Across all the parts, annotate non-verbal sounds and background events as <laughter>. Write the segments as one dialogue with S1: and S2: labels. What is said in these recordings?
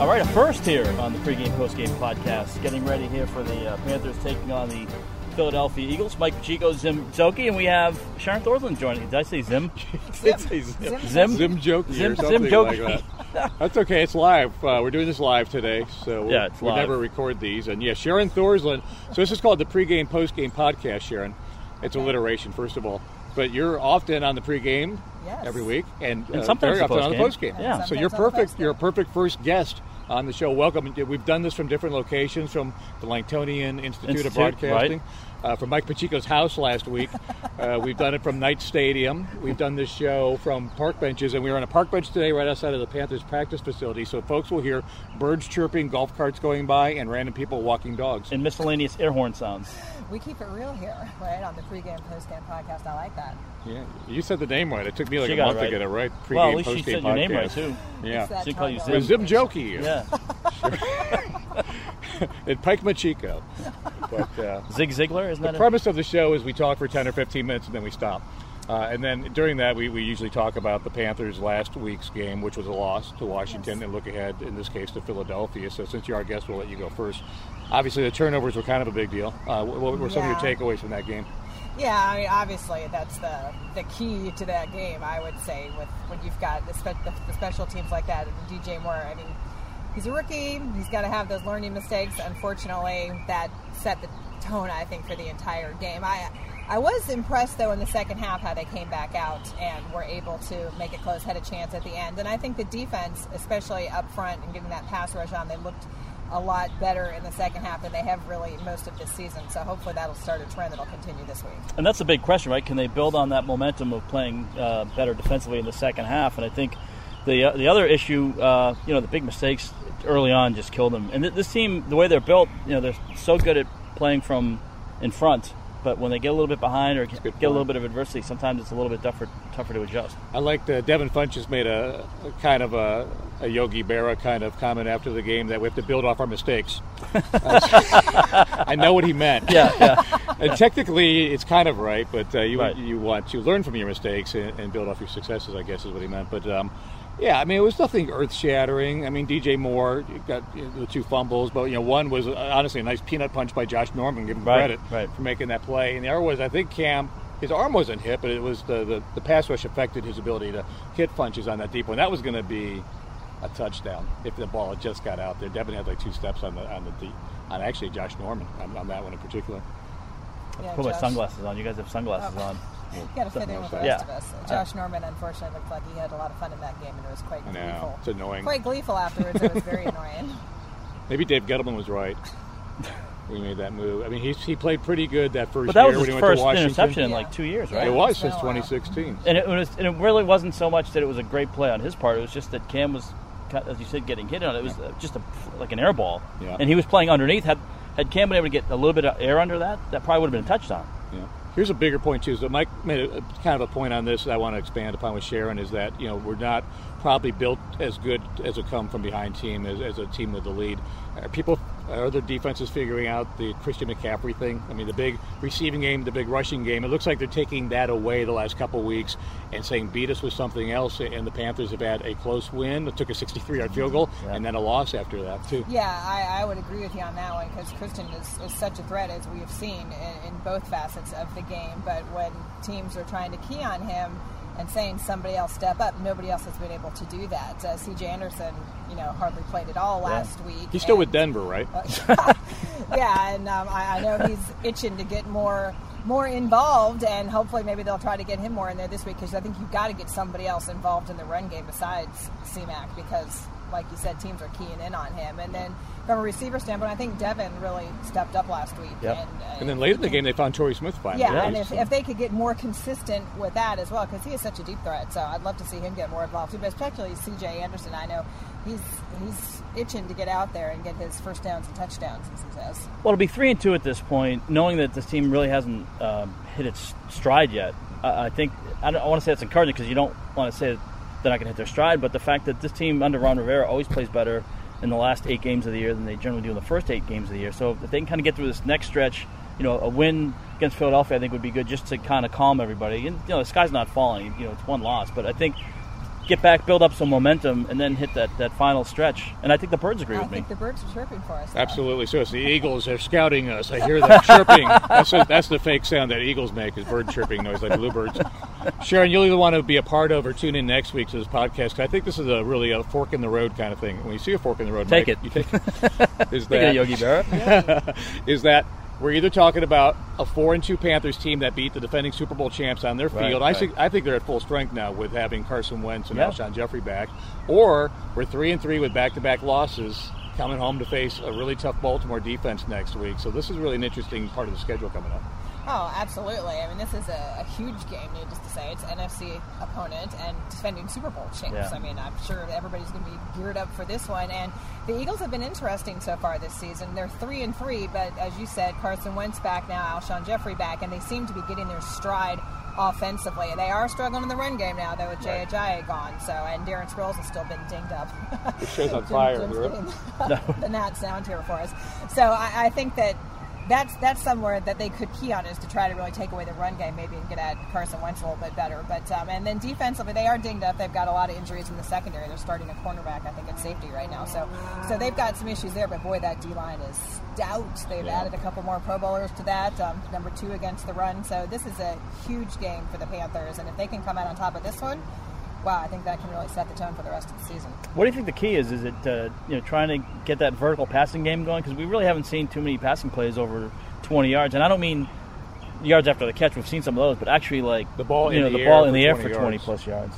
S1: All right, a first here on the pregame postgame podcast. Getting ready here for the uh, Panthers taking on the Philadelphia Eagles. Mike Pacheco, Zim Zoki, and we have Sharon Thorland joining. Did I say Zim?
S2: <laughs> Zim, Zim,
S1: Zim?
S2: Zim jokey
S1: Zim-
S2: or something
S1: Zim jokey. <laughs>
S2: like that. That's okay. It's live. Uh, we're doing this live today, so we'll,
S1: Yeah, it's
S2: we
S1: live.
S2: never record these. And yeah, Sharon Thorsland. So this is called the pregame postgame podcast, Sharon. It's alliteration, first of all. But you're often on the pregame
S3: Yes.
S2: every week, and, uh,
S1: And sometimes
S2: very
S1: the
S2: often on the
S1: postgame.
S2: postgame.
S1: Yeah. And
S2: So you're
S3: sometimes on the
S2: perfect.
S3: postgame.
S2: You're a perfect first guest on the show. Welcome. We've done this from different locations, from the Langtonian Institute,
S1: Institute,
S2: of Broadcasting
S1: right.
S2: uh, from Mike Pacheco's house last week. Uh, we've done it from Knight Stadium. We've done this show from park benches, and we were on a park bench today right outside of the Panthers practice facility. So folks will hear birds chirping, golf carts going by, and random people walking dogs.
S1: And miscellaneous air horn sounds.
S3: We keep it real here, right? On the pregame, postgame podcast. I like that.
S2: Yeah, you said the name right. It took me like
S1: She
S2: a
S1: got
S2: month
S1: it
S2: to
S1: right.
S2: get it right. Pre-game,
S1: well, at least she
S2: post-game
S1: said your name right,
S2: podcast.
S1: too.
S3: It's
S2: Yeah,
S3: that
S1: She called you
S3: typo.
S1: Zim.
S2: With Zim Jokey
S1: Yeah.
S2: and Pike Machico.
S1: <laughs>
S2: But, uh,
S1: Zig Ziglar, isn't
S2: The
S1: that it?
S2: premise of the show is we talk for 10 or 15 minutes and then we stop. Uh, and then during that, we, we usually talk about the Panthers' last week's game, which was a loss to Washington, and look ahead, in this case, to Philadelphia. So since you're our guest, we'll let you go first. Obviously, the turnovers were kind of a big deal. Uh, what, what were some of
S3: Yeah.
S2: your takeaways from that game?
S3: Yeah, I mean, obviously that's the the key to that game. I would say with when you've got the, spe- the, the special teams like that, and DJ Moore. I mean, he's a rookie. He's got to have those learning mistakes. Unfortunately, that set the tone. I think for the entire game. I I was impressed though in the second half how they came back out and were able to make it close, had a chance at the end. And I think the defense, especially up front and getting that pass rush on, they looked a lot better in the second half than they have really most of this season. So hopefully that'll start a trend that'll continue this week.
S1: And that's the big question, right? Can they build on that momentum of playing uh, better defensively in the second half? And I think the uh, the other issue, uh, you know, the big mistakes early on just killed them. And th- this team, the way they're built, you know, they're so good at playing from in front, but when they get a little bit behind or get,
S2: good
S1: get a little
S2: point.
S1: bit of adversity, sometimes it's a little bit tougher tougher to adjust.
S2: I liked uh, Devin Funches made a, a kind of a, a Yogi Berra kind of comment after the game that we have to build off
S1: <laughs>
S2: our mistakes. I know what he meant.
S1: Yeah, yeah.
S2: and technically, it's kind of right, but uh, you
S1: Right.
S2: you want to learn from your mistakes and, and build off your successes. I guess is what he meant. But um, yeah, I mean, it was nothing earth shattering. I mean, DJ Moore you got you know, the two fumbles, but you know, one was uh, honestly a nice peanut punch by Josh Norman. Give him
S1: Right,
S2: credit
S1: right.
S2: for making that play. And the other was, I think, Cam. His arm wasn't hit, but it was the, the, the pass rush affected his ability to hit punches on that deep one. That was going to be a touchdown if the ball had just got out there. Devin had like two steps on the on the deep, on actually Josh Norman on, on that one in particular.
S3: Yeah,
S1: Put my
S3: Josh-
S1: sunglasses on. You guys have sunglasses on.
S3: You gotta fit in with the rest
S1: Yeah.
S3: of us. Josh Norman, unfortunately, looked like he had a lot of fun in that game and it was quite
S2: I know.
S3: gleeful.
S2: It's annoying.
S3: Quite gleeful afterwards. It was
S2: <laughs>
S3: very annoying.
S2: Maybe Dave Gettleman was right. <laughs> We made that move. I mean, he's, he played pretty good that first
S1: But that
S2: year
S1: was his
S2: when he went
S1: first
S2: to Washington.
S1: interception in
S3: Yeah.
S1: like two years, right?
S2: It was
S3: It's been
S2: since
S3: a while.
S2: 2016.
S1: And it, was, and it really wasn't so much that it was a great play on his part. It was just that Cam was, as you said, getting hit on it. It was uh, just a, like an air ball.
S2: Yeah.
S1: And he was playing underneath. Had, had Cam been able to get a little bit of air under that, that probably would have been a touchdown.
S2: Yeah. Here's a bigger point too. So Mike made a, a- kind of a point on this that I want to expand upon with Sharon is that you know we're not probably built as good as a come from behind team as, as a team with the lead. Uh, people Are their defenses figuring out the Christian McCaffrey thing? I mean, the big receiving game, the big rushing game. It looks like they're taking that away the last couple weeks and saying beat us with something else. And the Panthers have had a close win. It took a 63-yard field goal and then a loss after that too.
S3: Yeah, I, I would agree with you on that one because Christian is, is such a threat as we have seen in, in both facets of the game. But when teams are trying to key on him and saying somebody else step up, nobody else has been able to do that. Uh, C.J. Anderson, you know, hardly played at all last week.
S2: He's still
S3: and-
S2: with Denver, right?
S3: Uh, yeah, and um, I, I know he's itching to get more more involved, and hopefully maybe they'll try to get him more in there this week because I think you've got to get somebody else involved in the run game besides CMAC because, like you said, teams are keying in on him. And then from a receiver standpoint, I think Devin really stepped up last week.
S1: Yep.
S3: And, uh,
S2: And then later in the game, they found Torrey Smith finally.
S3: yeah,
S1: Yeah.
S3: and if, if they could get more consistent with that as well, because he is such a deep threat, so I'd love to see him get more involved too. But especially C.J. Anderson, I know he's he's itching to get out there and get his first downs and touchdowns, as he says.
S1: Well, it'll be three and two at this point, knowing that this team really hasn't um, hit its stride yet. I, I think I don't I want to say it's encouraging because you don't want to say that they're not going to hit their stride, but the fact that this team under Ron Rivera always plays better in the last eight games of the year than they generally do in the first eight games of the year. So if they can kind of get through this next stretch, you know, a win against Philadelphia, I think would be good just to kind of calm everybody. And you know, the sky's not falling. You know, it's one loss, but I think. Get back, build up some momentum, and then hit that, that final stretch. And I think the birds agree
S3: I
S1: with me.
S3: think the birds are chirping for us. though.
S2: Absolutely. So it's the Eagles. They're scouting us. I hear them
S1: <laughs>
S2: chirping. That's, the- that's the fake sound that Eagles make is bird chirping noise like bluebirds. Sharon, you'll either want to be a part of or tune in next week to this podcast. 'cause I think this is a really a fork in the road kind of thing. When you see a fork in the road,
S1: Take
S2: Mike,
S1: it.
S2: You
S1: <laughs>
S2: take it. Is
S1: Take it,
S2: that
S1: Yogi Berra.
S2: <laughs> is that we're either talking about a four and two Panthers team that beat the defending Super Bowl champs on their
S1: Right,
S2: field.
S1: right.
S2: I think I think they're at full strength now with having Carson Wentz and
S1: Yeah.
S2: Alshon Jeffrey back, or we're three and three with back to back losses coming home to face a really tough Baltimore defense next week. So this is really an interesting part of the schedule coming up.
S3: Oh, absolutely. I mean, this is a, a huge game, needless to say. It's an NFC opponent and defending Super Bowl champs.
S1: Yeah.
S3: I mean, I'm sure everybody's going to be geared up for this one. And the Eagles have been interesting so far this season. They're three and three, but as you said, Carson Wentz back now, Alshon Jeffrey back, and they seem to be getting their stride offensively. They are struggling in the run game now, though, with Jay Ajayi gone. So, and Darren Sproles has still been dinged up. <laughs>
S2: It shows on
S3: Jim-
S2: fire.
S3: Jim's
S2: We're-
S3: getting <laughs> the not sound here for us. So I, I think that that's that's somewhere that they could key on is to try to really take away the run game maybe and get at Carson Wentz a little bit better. But um, and then defensively they are dinged up. They've got a lot of injuries in the secondary. They're starting a cornerback I think at safety right now. So so they've got some issues there. But boy, that D line is stout. They've added a couple more Pro Bowlers to that. Um, number two against the run. So this is a huge game for the Panthers. And if they can come out on top of this one. Wow, I think that can really set the tone for the rest of the season.
S1: What do you think the key is? Is it uh, you know trying to get that vertical passing game going? Because we really haven't seen too many passing plays over 20 yards, and I don't mean yards after the catch. We've seen some of those, but actually like
S2: The ball
S1: you
S2: in
S1: know,
S2: the
S1: the
S2: air
S1: ball
S2: for
S1: in the air
S2: 20
S1: for 20
S2: yards.
S1: plus yards.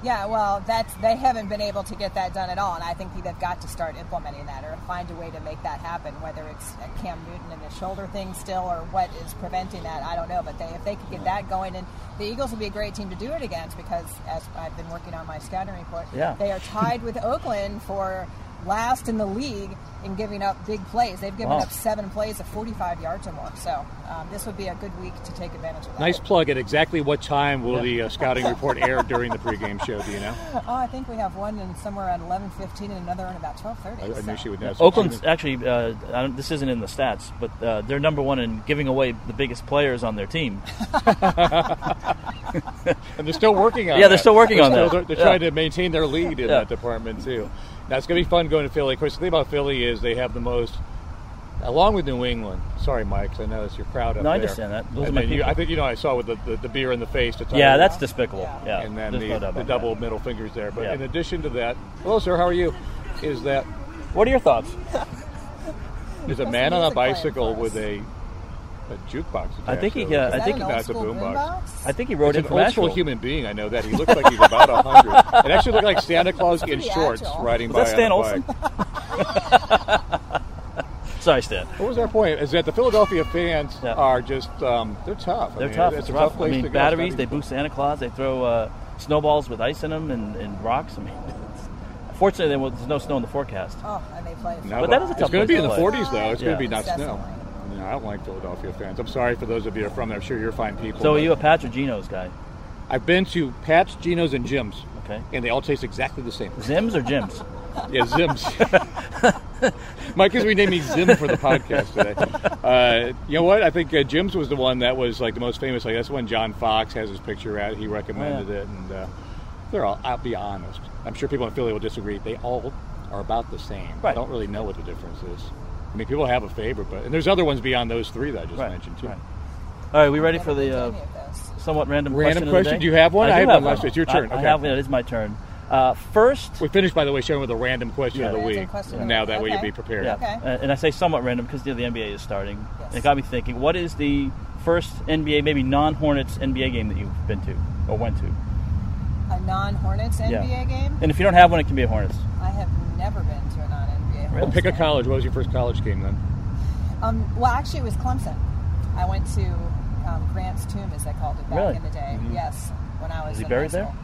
S3: Yeah, well, that's they haven't been able to get that done at all, and I think they've got to start implementing that or find a way to make that happen. Whether it's a Cam Newton and his shoulder thing still, or what is preventing that, I don't know. But they, if they could get that going, and the Eagles would be a great team to do it against because, as I've been working on my scouting report,
S1: Yeah.
S3: they are tied with Oakland for last in the league in giving up big plays. They've given
S1: Wow.
S3: up seven plays of 45 yards or more. So um, this would be a good week to take advantage of that.
S2: Nice plug. At exactly what time will the uh, scouting report air during the pregame show? Do you know?
S3: Oh, I think we have one in somewhere around eleven fifteen and another in about twelve
S2: <laughs>
S3: thirty.
S2: I, I knew she would know.
S1: Oakland's actually uh, I don't, this isn't in the stats, but uh, they're number one in giving away the biggest players on their team.
S2: And they're still working on
S1: Yeah, they're still working on
S2: still-
S1: that.
S2: They're, they're
S1: Yeah.
S2: trying to maintain their lead in
S1: Yeah.
S2: that department, too. Now, it's going to be fun going to Philly. Of course, the thing about Philly is they have the most, along with New England. Sorry, Mike, 'cause I know it's your crowd up
S1: No, I
S2: there.
S1: understand that. Those
S2: And
S1: are my
S2: then you-
S1: people.
S2: I think, you know, I saw with the, the, the beer in the face. to
S1: yeah,
S2: Tyler
S1: that's despicable. Yeah,
S2: and then
S1: there's
S2: the,
S1: no doubt
S2: the
S1: about
S2: double
S1: that.
S2: middle fingers there. But
S1: Yeah.
S2: in addition to that, hello, sir, how are you? Is that
S1: What are your thoughts?
S2: there's a man on a
S3: music playing
S2: bicycle
S3: for
S2: with
S3: us.
S2: a, a jukebox?
S1: I think he,
S2: attached to it.
S1: uh, I
S3: Is that
S1: think
S3: an
S1: he-
S3: old
S2: That's a
S3: school
S2: boombox.
S3: boombox?
S1: I think he wrote
S2: It's
S1: in
S2: an
S1: from
S2: old school
S1: Asheville.
S2: human being. I know that he looks like he's about
S1: <laughs>
S2: hundred. It actually looked like Santa Claus in
S3: pretty
S2: shorts
S3: agile.
S2: riding
S1: Was that
S2: by.
S1: Stan
S2: on a
S1: Olsen?
S2: bike.
S1: <laughs> Sorry, Stan.
S2: What was our point? Is that the Philadelphia fans
S1: Yeah.
S2: are just um, they're tough. I
S1: They're
S2: mean,
S1: tough.
S2: It's,
S1: It's
S2: a
S1: rough.
S2: tough place
S1: I mean,
S2: to go.
S1: batteries. They
S2: It's not
S1: boost Santa Claus. They throw uh, snowballs with ice in them and, and rocks. I mean, <laughs> it's, fortunately, there was, there's no snow in the forecast.
S3: Oh, and they play.
S2: easy.
S3: for-
S2: No,
S1: But that is a
S2: It's
S1: tough
S2: going to be
S1: place
S2: in
S1: to
S2: the
S1: play.
S2: 40s though. It's
S1: Yeah.
S2: going to be not snow.
S3: Incessantly.
S2: No, I don't like Philadelphia fans. I'm sorry for those of you who are from there. I'm sure you're fine people.
S1: So are
S2: but
S1: you a Patrigino's guy?
S2: I've been to Pat's, Geno's, and Jim's.
S1: Okay.
S2: And they all taste exactly the same.
S1: Zims or Jims?
S2: Yeah, Zim's. Mike is renaming Zim for the podcast today. Uh, you know what? I think uh, Jim's was the one that was like the most famous. Like that's when John Fox has his picture out. He recommended
S1: Oh, yeah.
S2: it, and uh, they're all. I'll be honest. I'm sure people in Philly will disagree. They all are about the same. I
S1: Right.
S2: don't really know what the difference is. I mean, people have a favorite, but and there's other ones beyond those three that I just
S1: Right,
S2: mentioned too.
S1: right. All right, we ready for
S3: Any
S1: the uh,
S3: of those.
S1: somewhat random
S2: Random
S1: question?
S2: question?
S1: Of the day?
S2: Do you have one?
S1: I,
S2: I
S1: do
S2: have
S1: have
S2: one last.
S1: one.
S2: It's your turn.
S1: I, I
S2: Okay.
S1: have It is my turn. Uh, first,
S2: We finished, by the way, showing with a random question of the
S3: Random
S2: week.
S3: question of the
S2: Now
S3: week.
S2: that way you'll
S3: Okay.
S2: be prepared.
S1: yeah,
S3: Okay.
S1: uh, and I say somewhat random because you know, the NBA is starting.
S3: Yes.
S1: It got me thinking. What is the first NBA, maybe non-Hornets NBA game that you've been to or went to?
S3: A non-Hornets
S1: Yeah.
S3: NBA game?
S1: And if you don't have one, it can be a Hornets.
S3: I have never been to a non-NBA.
S2: Well,
S3: Hornets
S2: pick a
S3: game.
S2: college. What was your first college game
S3: <laughs>
S2: then?
S3: Um, well, actually, it was Clemson. I went to um, Grant's tomb, as they called it back
S1: Really? Mm-hmm.
S3: in the day. Yes, when I was.
S1: Is he
S3: in
S1: buried
S3: high
S1: there?
S3: school.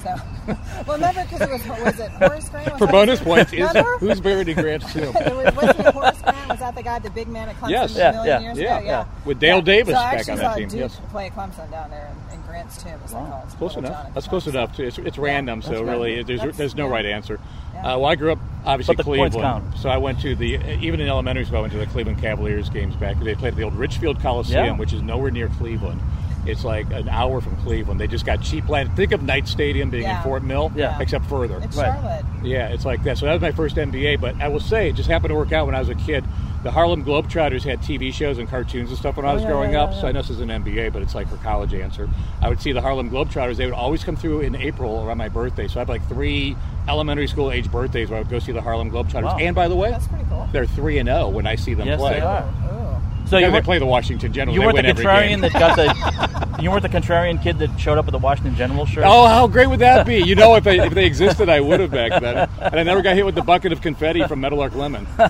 S3: So, <laughs> well, remember because it was was it Horace Grant? Was
S2: For
S3: that- <laughs>
S2: bonus points, is
S3: Remember?
S2: who's buried in
S1: <laughs>
S2: Grant's tomb?
S3: <laughs> It was, wasn't it Horace Grant? Was that the guy, the big man at Clemson?
S2: Yes.
S3: a
S2: Yeah,
S3: million
S1: yeah,
S3: years
S2: yeah,
S3: ago?
S2: yeah. With Dale
S3: Yeah.
S2: Davis
S3: so I
S2: back
S3: actually
S2: on that
S3: saw
S2: team,
S3: Duke
S2: yes.
S3: play Clemson down there in, in Grant's tomb. Is
S1: Wow.
S3: they call it. It's
S2: Close
S3: Little
S2: enough.
S3: John
S2: That's
S3: at
S2: close
S3: the
S2: enough. To, it's, it's random, so
S1: That's
S2: really
S1: right.
S2: there's,
S3: That's-
S2: there's no
S3: yeah.
S2: right answer.
S3: Yeah.
S2: Uh, well, I grew up obviously
S1: But the
S2: Cleveland,
S1: points count.
S2: so I went to the even in elementary school I went to the Cleveland Cavaliers games back. They played at the old Richfield Coliseum,
S1: Yeah.
S2: which is nowhere near Cleveland. It's like an hour from Cleveland. They just got cheap land. Think of Knight Stadium being
S3: Yeah.
S2: in Fort Mill,
S1: Yeah.
S2: except further.
S3: It's
S1: Right.
S3: Charlotte.
S2: Yeah, it's like that. So that was my first NBA, but I will say it just happened to work out when I was a kid. The Harlem Globetrotters had TV shows and cartoons and stuff when I was
S1: Oh, yeah,
S2: growing
S1: yeah,
S2: up.
S1: yeah,
S2: So I know this is an NBA, but it's like her college answer. I would see the Harlem Globetrotters. They would always come through in April around my birthday. So I had like three elementary school age birthdays where I would go see the Harlem Globetrotters.
S1: Wow.
S2: And by the way,
S3: That's pretty cool.
S2: they're three and zero when I see them
S1: Yes,
S2: play.
S1: they are.
S3: Ooh.
S1: So
S2: Yeah,
S1: you
S2: they
S1: weren't,
S2: play the Washington Generals.
S1: you
S2: They
S1: weren't the
S2: win every
S1: contrarian
S2: game.
S1: that got
S2: <laughs>
S1: the. you weren't the contrarian kid that showed up with the Washington General shirt.
S2: Oh, how great would that be? You know, if they, if they existed, I would have back then. And I never got hit with the bucket of confetti from Metal Arc Lemon. All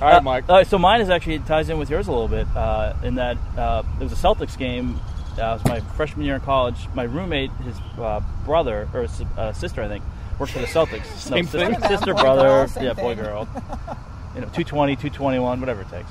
S2: right, Mike.
S1: All right, so mine is actually it ties in with yours a little bit uh, in that uh, it was a Celtics game. Uh, it was my freshman year in college. My roommate, his uh, brother or his, uh, sister, I think, worked for the
S3: <laughs>
S1: Celtics. No,
S2: Same
S1: sister,
S2: thing?
S1: sister,
S3: Boy, girl,
S1: brother,
S3: same
S1: yeah, boy,
S3: thing.
S1: girl. You know, 220, 221, whatever it takes.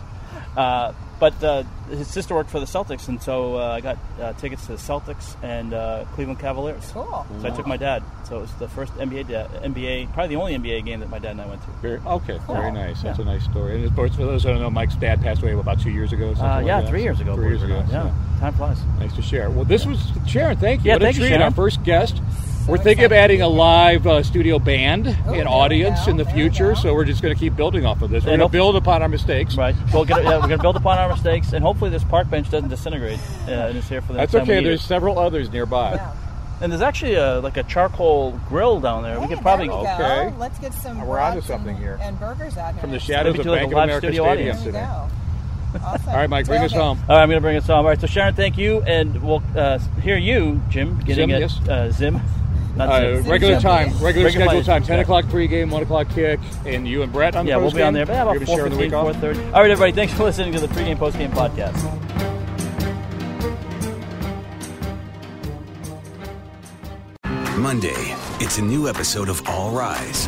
S1: Uh, but uh, his sister worked for the Celtics, and so uh, I got uh, tickets to the Celtics and uh, Cleveland Cavaliers.
S3: Cool.
S1: So I took my dad. So it was the first NBA, da- NBA, probably the only NBA game that my dad and I went to.
S2: Very, okay, very nice. That's
S1: Yeah.
S2: a nice story. And of course, for those who don't know, Mike's dad passed away about two years ago. something
S1: Uh,
S2: like
S1: yeah,
S2: that.
S1: three years ago.
S2: Three years
S1: believe it or
S2: ago.
S1: not.
S2: so
S1: Yeah, time flies.
S2: Nice to share. Well, this was Sharon. Thank you.
S1: Yeah,
S2: what
S1: thank
S2: a
S1: you,
S2: treat.
S1: Sharon.
S2: Our first guest. we're
S3: So
S2: thinking of
S3: excited.
S2: adding a live uh, studio band and
S1: Oh,
S3: there
S2: audience
S3: we go,
S2: in the
S3: there we
S2: future.
S3: go.
S2: So we're just going to keep building off of this. We're
S1: And
S2: going to
S1: hope-
S2: build upon our mistakes.
S1: Right. We'll get, yeah, we're going to build upon our mistakes, and hopefully this park bench doesn't disintegrate uh, and is here for the next
S2: That's
S1: time we
S2: okay.
S1: need it.
S2: There's several others nearby.
S3: Yeah.
S1: And there's actually a, like a charcoal grill down there. we
S3: Hey,
S1: could probably
S3: there we
S2: go.
S3: go.
S2: Okay.
S3: Let's get some.
S2: We're onto
S3: brats
S2: something
S3: and,
S2: here.
S3: And burgers out here.
S2: From the
S3: next
S2: shadows
S1: Maybe
S2: of
S1: do, like,
S2: Bank
S1: a
S2: of
S1: live
S2: America
S1: studio
S2: Stadium
S1: audience.
S3: There we
S2: today.
S3: go. Awesome.
S2: All right, Mike, bring us
S3: Tailgate.
S2: home.
S1: All right, I'm going to bring us on. All right, so Sharon, thank you, and we'll uh, hear you, Jim, getting
S2: Zim,
S1: at
S2: yes.
S1: uh, Zim. Not
S2: Uh,
S1: Zim.
S2: regular
S3: Zim.
S2: time, regular
S1: Regular
S2: schedule
S1: time.
S2: time, 10
S1: Yeah.
S2: o'clock pregame, 1 o'clock kick, and you and Brett on the
S1: Yeah, we'll be on there.
S2: postgame?
S1: Yeah,
S2: You're
S1: about
S2: gonna share in the
S1: 4.15,
S2: week off?
S1: 4.30. All right, everybody, thanks for listening to the pregame, postgame podcast.
S4: Monday, it's a new episode of All Rise,